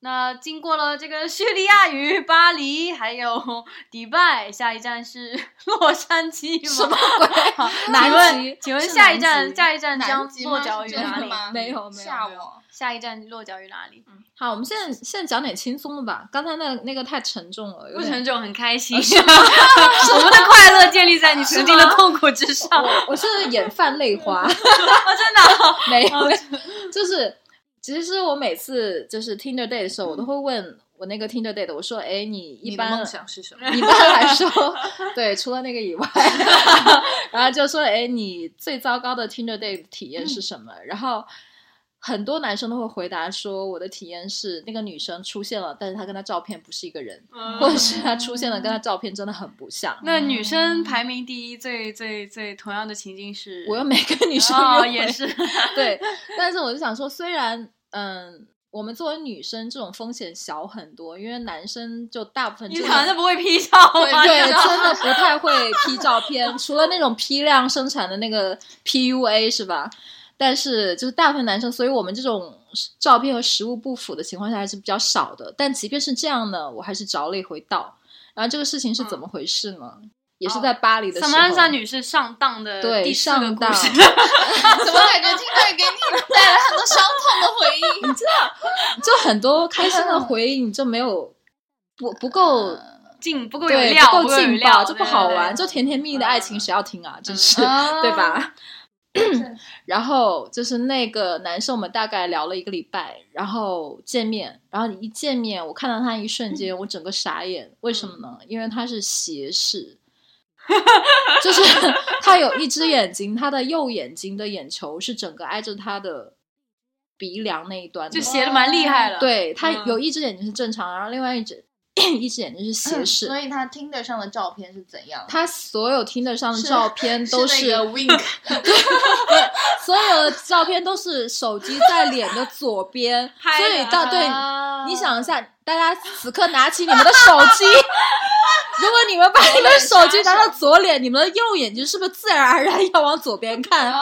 那经过了这个叙利亚与巴黎，还有 迪拜，下一站是 洛杉矶吗？什么 鬼？好南请问极请问是下一南站极下一站南将极落吗脚于真的哪里？吗没有没有吓没有我！下一站落脚于哪里？好，我们现在现在讲点轻松的吧，刚才那那个太沉重了，有不点沉重，很开 心。我们的快乐建立在你曾经的痛苦之 上。哦，我我是眼泛泪花，真的哦， 没有，没有就是其实我每次就是 Tinder date 的时候，我都会问我那个 Tinder date 的我说，哎，你一你的般梦想是什么？ 一般来说，对，除了那个以外，然后就说，哎，你最糟糕的 Tinder date 体验是什么？然后很多男生都会回答说，我的体验是那个女生出现了，但是她跟她照片不是一个人，或者是她出现了，跟她照片真的很不像。嗯那女生排名第一，最最最同样的情境是，我又没跟女生约哦会，也是，对，但是我就想说，虽然嗯。我们作为女生，这种风险小很多，因为男生就大部分你真的躺着不会 P 照吗？对，你知道吗真的不太会 P 照片，除了那种批量生产的那个 PUA 是吧？但是就是大部分男生，所以我们这种照片和实物不符的情况下还是比较少的。但即便是这样呢，我还是着了一回道。然后这个事情是怎么回事呢？也是在巴黎的时萨候，曼安嗯哦莎女士上当的对第四个上故当 事，怎么感觉听到给你 带来很多伤痛的回忆？就很多开心的回忆，你就没有不不够嗯劲不够有对料，不不够有劲料，爆，就对不好对对玩，就甜甜蜜蜜的爱情嗯谁要听啊？真嗯哦是。对对？吧？ 然后就是那个男生，我们大概聊了一个礼拜，然后见面，然后一见面，我看到他一瞬间，我整个傻眼，为什么嗯呢？因为他是斜视，就是他有一只眼睛，他的右眼睛的眼球是整个挨着他的鼻梁那一端的，就写的蛮厉害了。，对他嗯有一只眼睛是正常，然后另外一只 一只眼睛是斜视。嗯所以他听得上的照片是怎样？他所有听得上的是照片都是那个 wink，所有的照片都是手机在脸的左 边，拍所以的到对，啊你想一下，大家此刻拿起你们的手机，如果你们把你们手机拿到左脸，你们的右眼睛是不是自然而然要往左边哦看？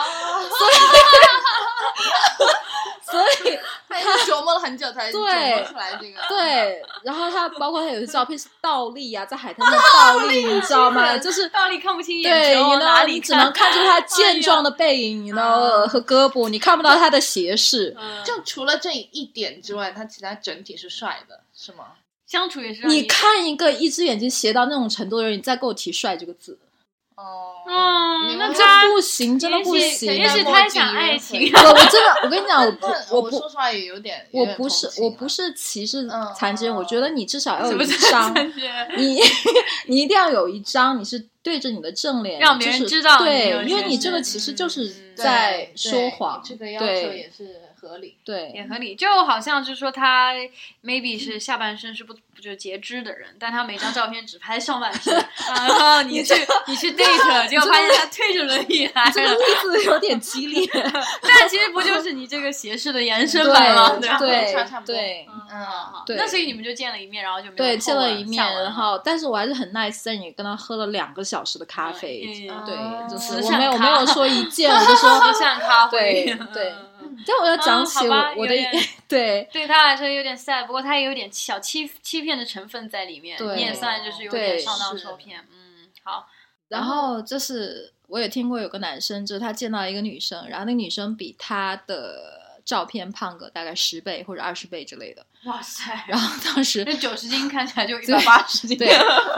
所以他也是琢磨了很久才对琢磨出来这个。对，然后他包括他有些照片是倒立呀、在海滩上倒立，你知道 吗？就是。道理看不清眼对，球，你哪呢？里哎你只能看出他健壮的背影，你呢呃和胳膊，你看不到他的斜视。嗯就除了这一点之外，他其他整体是帅的，是吗？相处也嗯是让你看一个一只眼睛斜到那种程度的人，你再给我提帅这个字，哦，嗯，那明白他这不行，真的不也许行。啊肯定是那他莫想迪爱也情， 我我真的，我跟你讲，我不但我 我不说出来也有点，有我点不同是情啊我了不是歧视嗯残疾人，嗯我觉得你至 少要是有不哦一是张，感觉？你你一定要有一张，你是对着你的正脸，让别人就是知道你有对，因为钱你这个人其实嗯就是嗯对在对说谎你，这个要求对也是合理。也对，合理，就好像就是说他 maybe 是下半身是不不就截肢的人，但他每张照片只拍上半 身，然后你去你去 date，结果发现他推着轮椅来这个了，例子有点激烈，但其实不就是你这个斜视的延伸版吗？ 对对吧？啊对差不多对。嗯，好好对那所以你们就见了一面，然后就没有对，后见了文一面，下文了然后但是我还是很 nice，但也跟他喝了两个小时的咖啡，嗯嗯对哦，就是慈我善没有我没咖有说一见，我就 说慈善咖啡，对对嗯但我要讲嗯起好吧我我有的一 点对对他来说有点 sad，不过他也有点小欺欺骗的成分在里面，对你也算就是有对点上当是受骗，嗯，好，然后就是我也听过有个男生，就是他见到一个女生，然后那个女生比他的照片胖个大概十倍或者二十倍之类的，哇塞，然后当时那九十斤看起来就一对百八十斤，对，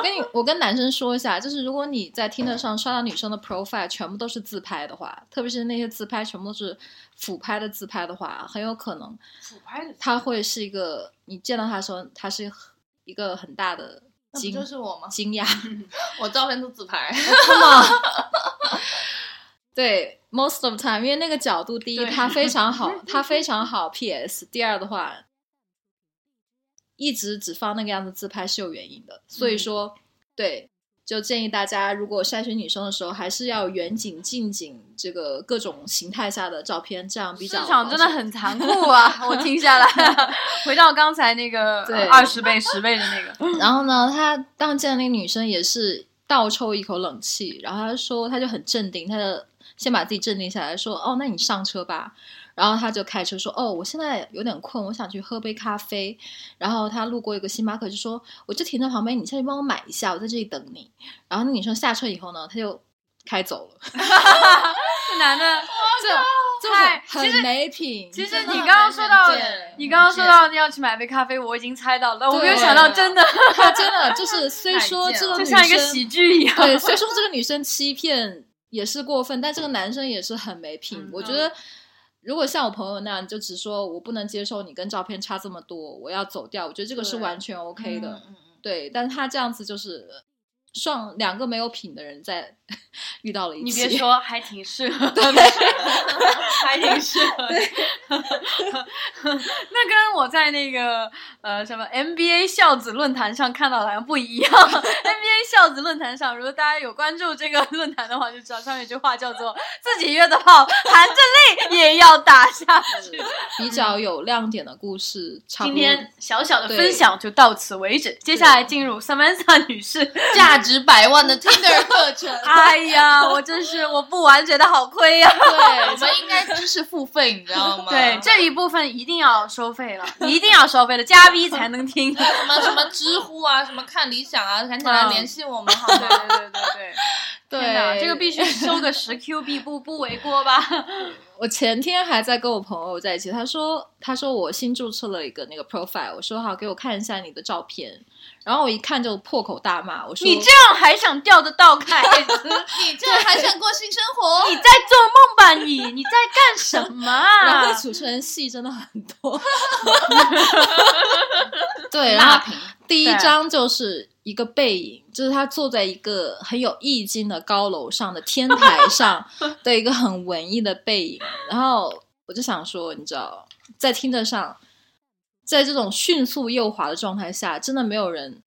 跟你我跟男生说一下，就是如果你在听的上刷到女生的 profile 全部都是自拍的话，特别是那些自拍全部都是俯拍的自拍的话，很有可能俯拍的他会是一个你见到他的时候，他是一个很大的那惊不就是我吗？惊讶。我照片都自拍，对，most of time，因为那个角度，第一对它非常 好，它非常好。PS，第二的话，一直只放那个样子自拍是有原因的。所以嗯说，对，就建议大家，如果筛选女生的时候，还是要远景、近景这个各种形态下的照片，这样比较市场保真的险很残酷啊！我听下来，回到刚才那个对二十倍、十倍的那个，然后呢，他当见那个女生也是倒抽一口冷气，然后他说他就很镇定，他就先把自己镇定下来，说：“哦，那你上车吧。”然后他就开车说：“哦，我现在有点困，我想去喝杯咖啡。”然后他路过一个星巴克，就说：“我就停在旁边，你下去帮我买一下，我在这里等你。”然后那女生下车以后呢，他就开走了，这男的，这太就其很实很没品。其实真的你很刚刚说到罕见，你刚刚说很贱到要去买杯咖啡，我已经猜到了，但我没有对想到真的，他真的 就是，虽说太贱这个就女像一个生喜剧一 样。对，虽说这个女生欺骗也是过分，但这个男生也是很没品。嗯我觉得，如果像我朋友那样，就只说我不能接受你跟照片差这么多，我要走掉，我觉得这个是对完全 OK 的。嗯嗯对，但他这样子就是呃双两个没有品的人在 遇到了一你起。别说，还挺适合的， 还挺适合的。 那跟我在那个呃什么 NBA 校子论坛上看到的好像不一样。NBA 校子论坛上，如果大家有关注这个论坛的话，就知道上面有一句话叫做“自己约的炮，含着泪也要打下去 比较有亮点的故事，”。差不多今天小小的对分享就到此为止，接下来进入 Samantha 女士。嗯价值百万的 Tinder 课 程，哎呀，我真是我不玩觉得好亏呀、对，我们应该知识付费，你知 道吗？ 对，这一部分一定要收费了， 一定要收费了，加 V 才能听。对什么什么知乎啊，什么看理想啊，赶紧来嗯联系我们好吗？对对 对天哪对这个必须收个十 Q 币不不为过吧？我前天还在跟我朋友在一起，他说他说我新注册了一个那个 profile，我说好给我看一下你的照片，然后我一看就破口大骂，我说 你这样还想钓得到 凯子？你这还想过性生活？ 你在做梦吧你？你在干什么 然啊后？主持人戏真的很多， 对，然辣后评，第一对张就是一个背影，就是他坐在一个很有意境的高楼上的天台上的一个很文艺的背影，然后我就想说，你知道，在听着上，在这种迅速右滑的状态下，真的没有人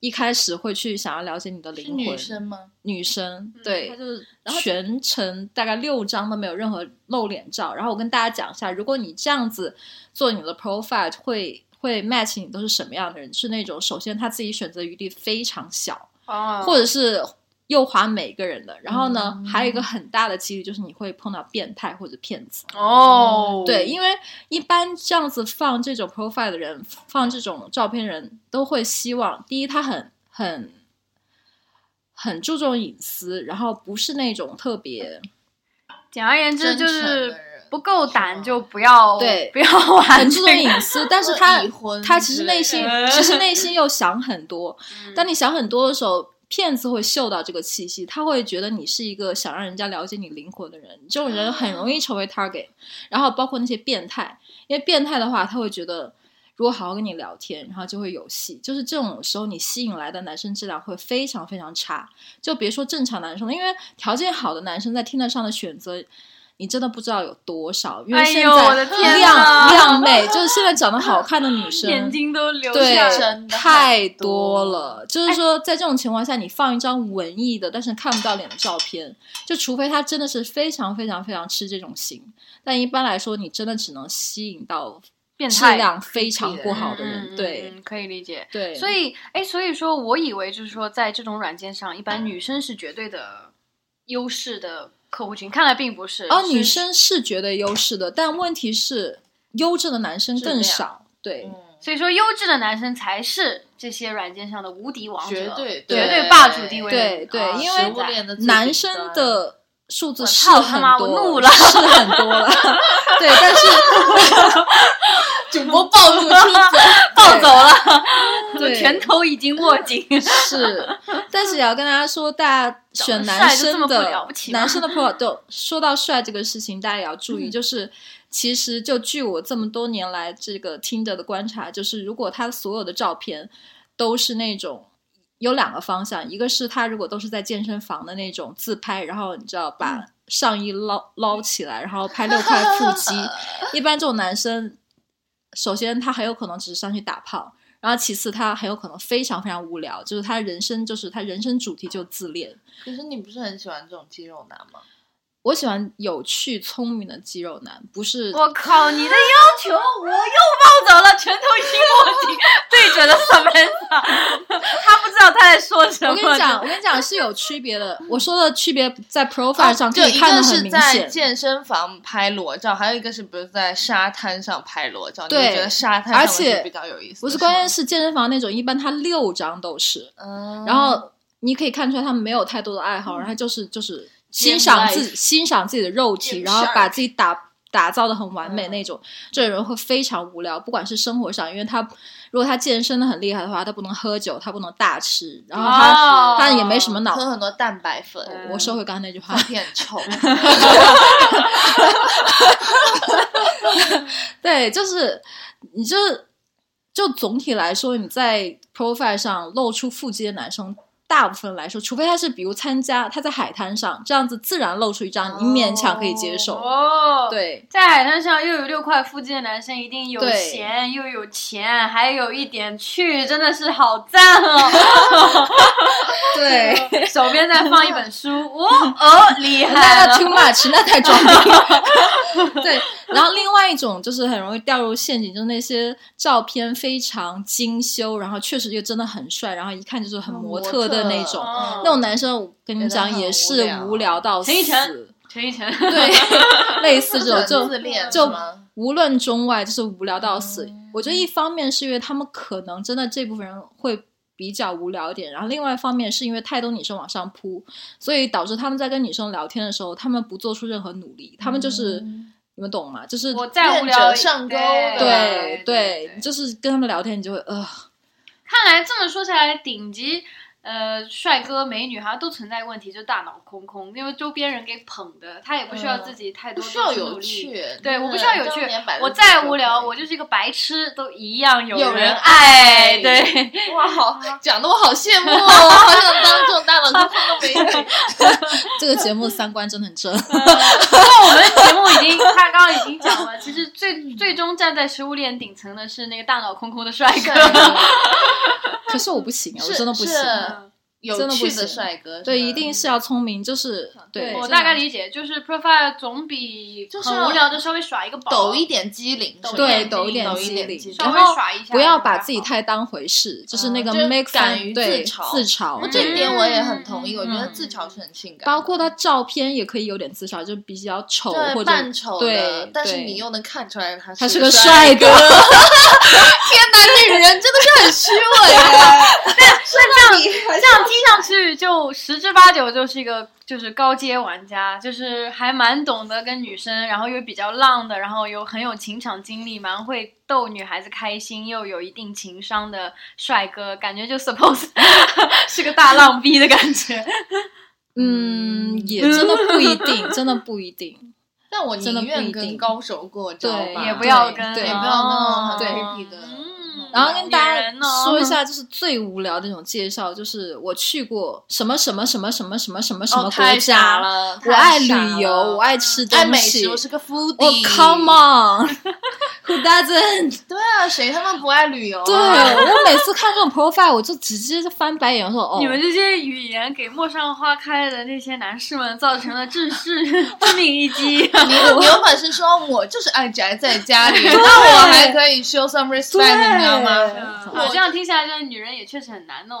一开始会去想要了解你的是灵魂。女生吗？女生嗯对，她就是全程大概六张都没有任何露脸照。然后我跟大家讲一下，如果你这样子做你的 profile 会会 match 你都是什么样的人？是那种首先他自己选择余地非常小，哦或者是右滑每个人的。然后呢，嗯还有一个很大的几率就是你会碰到变态或者骗子。哦，对，因为一般这样子放这种 profile 的人，放这种照片的人都会希望，第一，他很很很注重隐私，然后不是那种特别简而言之就真诚的是啊人不够胆吗就不要对不要玩很注这重个。隐私， 但是他已婚他其之实类内的心人其实内心又想很多。嗯当你想很多的时候，骗子会嗅到这个气息，他会觉得你是一个想让人家了解你灵魂的人，这种人很哦容易成为 target。然后包括那些变态，因为变态的话，他会觉得如果好好跟你聊天，然后就会有戏。就是这种时候，你吸引来的男生质量会非常非常差，就别说正常男生了，因为条件好的男生在听得上的选择。你真的不知道有多少，因为哎现呦我的在天靓呐靓妹，就是现在长得好看的女生， 眼睛都流对下是来了。真的太很多多了。哎就是说，在这种情况下，你放一张文艺的，但是看不到脸的照片，就除非他真的是非常非常非常吃这种型，但一般来说，你真的只能吸引到变质态量非常不好的嗯人。嗯对嗯可以理解。对，所以，哎，所以说我以为就是说，在这种软件上，一般女生是绝对的优势的客户群，看来并不是。哦，是女生是绝对优势的，但问题是，优质的男生质更量少。对，嗯所以说优质的男生才是这些软件上的无敌王者，绝对绝对霸主地位。对对啊因实为食物在链的最男顶生端的数字我是操他很妈多，我怒了是很多 了。对，但 是主播暴露出走， 暴走 了，我对拳头已经握紧。是，但是也要跟大家说，大家选男生长得帅就这么不的了不起吗男生的朋友都说到帅这个事情，大家也要注意。嗯就是其实就据我这么多年来这个听着的观察，就是如果他所有的照片都是那种。有两个方向，一个是他如果都是在健身房的那种自拍，然后你知道嗯把上衣捞捞起来，然后拍六块腹肌，一般这种男生，首先他很有可能只是上去打炮，然后其次他很有可能非常非常无聊，就是他人生就是他人生主题就自恋。可是你不是很喜欢这种肌肉男吗？我喜欢有趣聪明的肌肉男，不是 我靠，你的要求我又暴走了，拳头已经握紧，对准了 Samantha，他不知道他在说什么。我跟你讲，我跟你讲，上是有区别的。我说的区别在 profile 上就可以一看个得很是明在显。健身房拍裸照，还有一个是比如在沙滩上拍裸照，你对会觉得沙滩上而且是比较有意思的吗。不是，关键是健身房那种，一般它六张都是，嗯，然后你可以看出来他们没有太多的爱好，然后就是就是欣赏自己欣赏自己的肉体， Gym 然后 shark 把自己打打造的很完美嗯那种，这种人会非常无聊。不管是生活上，因为他如果他健身的很厉害的话，他不能喝酒，他不能大吃，然后他、哦他也没什么脑。喝很多蛋白粉，嗯 我收回刚才那句话照，片丑，对，就是你就就总体来说，你在 profile 上露出腹肌的男生，大部分来说，除非他是比如参加他在海滩上这样子自然露出一张，你勉强可以接受。哦，，对，在海滩上又有六块腹肌的男生，一定有对闲又有钱，还有一点趣，真的是好赞哦！对， 手边再放一本 书，哇哦，厉害那那了 too！much，那太装逼。 对，然后另外一种就是很容易掉入陷阱，就是那些照片非常精修，然后确实又真的很帅，然后一看就是很模特嗯的那种。哦那种男生，我跟你觉得讲很也是无聊无聊到死陈。奕晨陈奕 晨，对，类似这种就就自恋就是吗无论中外，就是无聊到死。我觉得一方面是因为他们可能真的这部分人会比较无聊一点，然后另外一方面是因为太多女生往上扑，所以导致他们在跟女生聊天的时候，他们不做出任何努力，他们就是、你们懂吗？就是嗯我再无愿聊者上钩对对对对，就是跟他们聊天，你就会呃，看来这么说下来，顶级呃帅哥美女好像都存在问题，就大脑空空，因为周边人给捧的，他也嗯不需要自己太不多需要做出努有力趣，对，真我的不需要有趣中嗯年版，的我自己再就无聊，可以我就是一个白痴，都一样有有人爱。爱对，哇，好讲的我好羡慕哦，我好想当这种大脑空空 的美女。这个节目三观真的很正。 嗯我们节目已 经，他刚刚已经讲了，其实嗯最最终站在食物链顶层的是那个大脑空空的帅哥。可是我不行啊，我是真的不是行。嗯有真的不趣行的帅哥，对，是吧一定是要聪明，就是对对，嗯我这大样概理解，就是 profile 总比就是很要无聊的稍微耍一个宝，抖一点机灵，是吧对抖一抖一点点抖机一点灵机灵。稍然微后耍一下，不要把自己。太当回事，就是那个嗯就是 make 敢 fun，于对自嘲自嘲我，对这一点我也很同意，嗯我觉得嗯自嘲是很性感的，包括他照片也可以有点自嘲，就比较丑或对者扮丑的对，但是对你又能看出来他他是是个帅帅哥。 哥，天哪，这个人真的是很虚伪啊！ 那这样这样听上去就十之八九就是一个就是高阶玩家，就是还蛮懂得跟女生，然后又比较浪的，然后又很有情场经历，蛮会逗女孩子开心，又有一定情商的帅哥，感觉就 suppose 是个大浪逼的感觉。嗯，也真的不一定，真的不一定。 但我真的宁不一定愿跟高手过招对吧，也不要对跟对也不要那种对很 creepy 的。嗯然后跟大女家人哦说一下，就是最无聊的那种介绍，就是我去过什么什么什么什么什么什么什么哦太国家傻，了，我太爱傻旅游，了嗯我爱吃爱东美西，食，我我是个 foodie。 come on，who doesn't？对啊，谁他妈不爱旅游、啊？对我每次看这种 profile，我就直接翻白眼，我说哦，你们这些语言给陌上花开的那些男士们造成了致世致命一 击。你你有本事说我就是爱宅在家里，那我还可以 show some respect，你知道吗？我这样听下来，这女人也确实很难弄，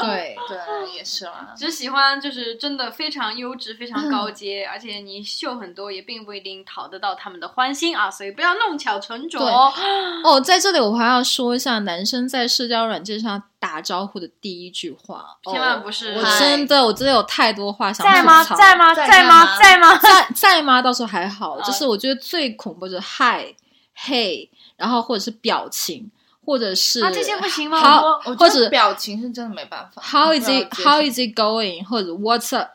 对对，也是啦。只喜欢就是真的非常优质、非常嗯高阶，而且你秀很多也并不一定讨得到他们的欢心啊，所以不要弄巧成拙。哦，在这里我还要说一下，男生在社交软件上打招呼的第一句话， 哦千万不是我真的我真的有太多话想在吐吗？槽。在吗？在在干吗？嘛在吗？在在吗？倒是还好，啊就是我觉得最恐怖就是嗨、嘿，然后或者是表情，或者是啊，这些不行吗？好我我或觉者得表情是真的没办法。 How 嗯 is 不知 it 道接 How 什么 is it going？或者 What's up？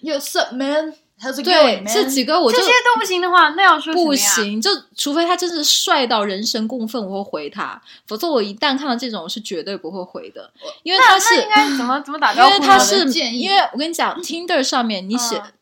You sup man？How's it 对 going 这 man？几个我这就些都不行的话，那要说什不么呀？行，就除非他真是帅到人神共愤，我会回他；否则我一旦看到这种，我是绝对不会回的，因为他是那应该怎么怎么打因招呼为呢？他我的是建议因为我跟你 讲，Tinder 上面你写嗯。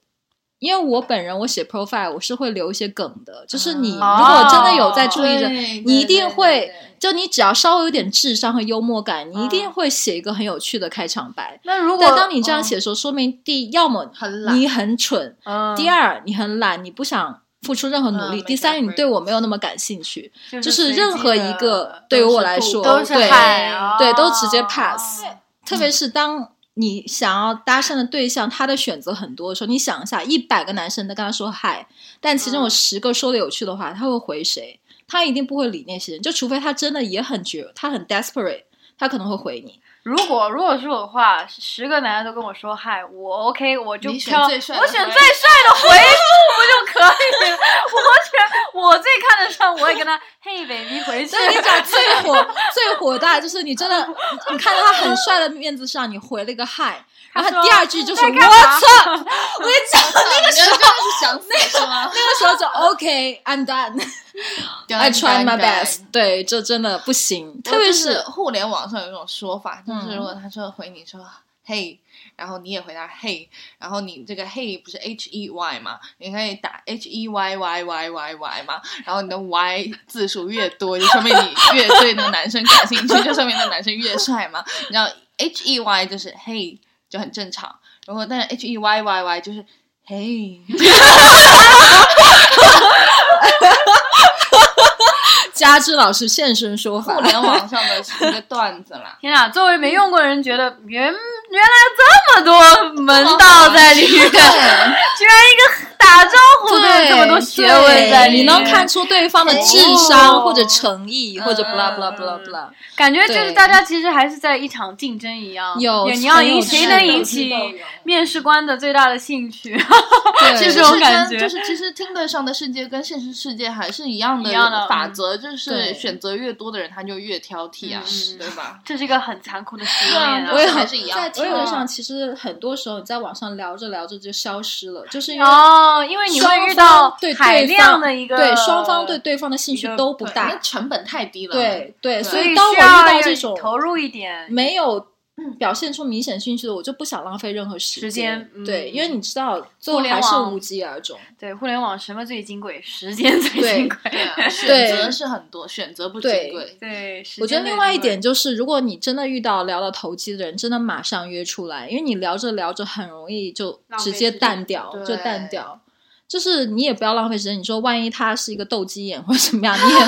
因为我本人我写 profile 我是会留一些梗的，就是你如哦果真的有在注意的，对你一定对会对对，就你只要稍微有点智商和幽默感，你一定嗯会写一个很有趣的开场白。那如但果当你这样写的时候，说明第要么很懒。嗯你很蠢，嗯第二你很懒，你不想付出任何努嗯力，没第三你 effort 对我没有那么感兴趣，就是随任机何的一个对于我来说都是对嗨哦对都直接 pass 特别是当你想要搭讪的对象，他的选择很多的时候，你想一下，一百个男生都跟他说嗨，但其中有十个说的有趣的话，他会回谁？他一定不会理那些人，就除非他真的也很绝，他很 desperate，他可能会回你。如果如果是我的话，十个男的都跟我说嗨，我 OK，我就你选挑最帅的我选回最帅的回复不就可以了？我选我最看得上，我也跟他 嘿 baby 回去。但你讲最火最火大，就是你真的，你看到他很帅的面子上，你回了一个嗨，然后他他说第二句就是我在操，干嘛我跟你讲，那个时候是想死 是吗那个时候就 OK，I'm done，I tried my best，对，这真的不行，特别就是是互联网上有一种说法，就是嗯如果他说回你说嘿，然后你也回答嘿，然后你这个嘿不是 H E Y 嘛，你可以打 H E Y Y Y Y Y 嘛，然后你的 Y 字数越多，就说明你越对那个男生感兴趣，就说明那个男生越帅嘛。然后 H E Y 就是嘿就很正常，然后但是 H E Y Y Y 就是嘿，加之老师现身说法 互。联网上 的一个段子啦。天啊，作为没用过的人，觉得原原来这么多门道在里 面，居然一个打招呼都有这么多学问在对里面，你能看出对方的智哦商或者诚意或者嗯 blah blah blah blah。感觉就是对大家其实还是在一场竞争一样，有也你要很有引谁趣能的引知起道有面试官的最大的兴趣，对这就种是感跟觉就是其实听得上的世界跟现实世界还是一样的一样的法嗯则，就是对选择越多的人他就越挑剔啊，嗯对吧？这是一个很残酷的实对啊验、我也还很是一在样。听得上，其实很多时候你在网上聊着聊着就消失了，就是因为哦，因为你双会遇方到对海对量方的一个对双方对对方的兴趣一个都不对那大，成本太低了。对对，所所以以当我遇需要到这有种嗯投入一点，没有表现出明显兴趣的，我就不想浪费任何时嗯时间嗯对，因为你知道，最后互联还是网无疾而终。对互联网什么最金贵，时间最对金贵，对 啊，对选择是很多，选择不对珍贵。对，时我觉间得最另外一金贵点就是，如果你真的遇到聊到投机的人，真的马上约出来，因为你聊着聊着很容易就浪直费接时间淡掉，就淡对掉。就是你也不要浪费时间，你说万一他是一个斗鸡眼或者怎么样，你也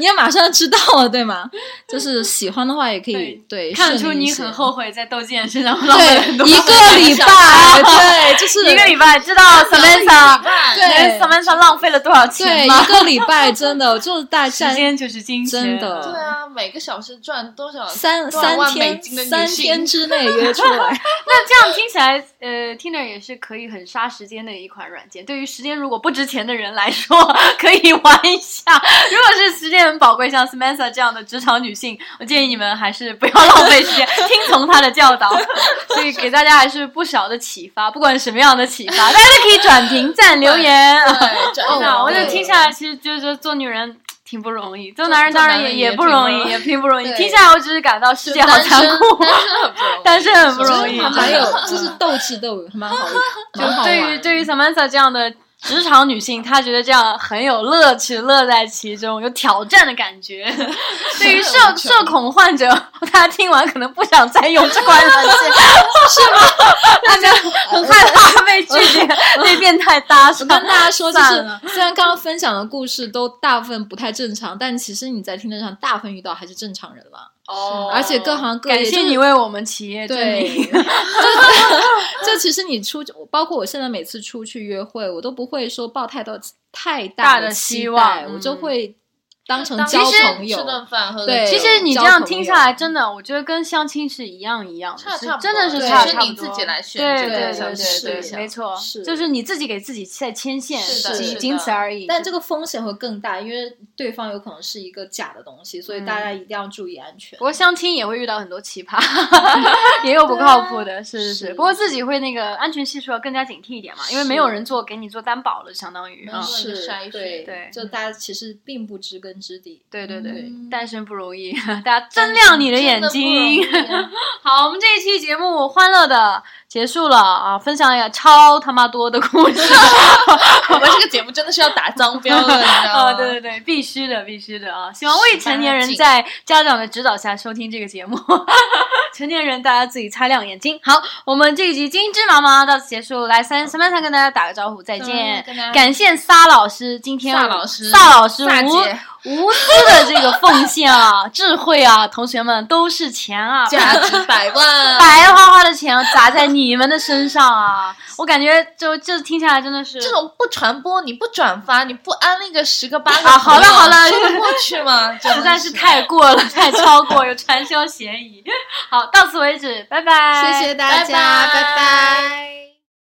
你也马上知道了，对吗？就是喜欢的话也可 以对，看顺出利一你些很后悔在斗鸡眼身上浪费对了很多一个礼拜，对，就是 一个礼拜，知道 Samantha 对对 Samantha 浪费了多少对钱吗一？个礼拜，真的就是大 时战间就是金钱，真的对啊，每个小时赚多少？三多少三万美天金的女三性天 之内约出来，那这样听起来，呃，Tinder 也是可以很杀时间的一款软件。对于时间如果不值钱的人来说，可以玩一下；如果是时间很宝贵，像 Samantha 这样的职场女性，我建议你们还是不要浪费时间，听从她的教 导。所以给大家还是不少的启发，不管什么样的启发，大家都可以转评赞、留言。对，真的，真的，哦我就对听下来，其实觉得做女人挺不容易，做男人做当然男人也也不挺容不易，容也挺不容易。对听下来我只是感到 世界好单身残酷，单身 很不容易，单身很就是不容易是 还蛮真的有， 就是斗智斗勇，还蛮好，蛮就好对于玩。对于 Samantha 这样的职场女性，她觉得这样很有乐趣，乐在其中，有挑战的感觉。对于社很有社恐患者，大家听完可能不想再用这款软 件，是吗？大家很害 怕被拒绝，被变态搭我讪。跟大家说，就算了是虽然刚刚分享的故事都大部分不太正常，但其实你在听得上大部分遇到还是正常人了，哦啊而且各行各业感谢就是你为我们企业证对，明。就 就其实你出，包括我现在每次出去约会，我都不会说抱太多太大的的期希待望我就嗯会当成当交时朋友吃。顿饭喝个对酒其实你这交样朋听友下来，真的，我觉得跟相亲是一样一样的，差是差不真的多是对差是差不你多。自己来选对择对的对想对试一对，下没错，是就是你自己给自己在牵线，是的仅是的仅此而已。但这个风险会更大，因为对方有可能是一个假的东西，所以大家一定要注意安全嗯不。过相亲也会遇到很多奇葩，也有不靠谱的，是是是。是不过自己会那个安全系数要更加警惕一点嘛，因为没有人做给你做担保了，相当于啊嗯。是筛选对对嗯就大家其实并不知根知底。对对对嗯，单身不容易，大家睁亮你的眼睛。真的不容易啊 好，我们这一期节目欢乐的结束了啊，分享了超他妈多的故事。 我们这个节目真的是要打脏标了，你知道吗？啊，对对对，必须的，必须的啊！希望未成年人在家长的指导下收听这个节目， 成年人大家自己擦亮眼睛。好，我们这一集《金枝妈妈》到此结束，来三三班三跟大家打个招呼，再见。跟大家感谢撒老师今天撒老师撒老师撒无姐无私的这个奉献啊， 智慧啊，同学们都是钱啊，价值百万，白花花的钱啊砸在你们的身上啊！我感觉就就听下来真的是这种不传播，你不转发，你不安利个十个八个，啊好了好了说得过去吗？真的实在是太过了， 太超过，有传销嫌疑。好，到此为止，拜拜。谢谢大家，拜拜拜拜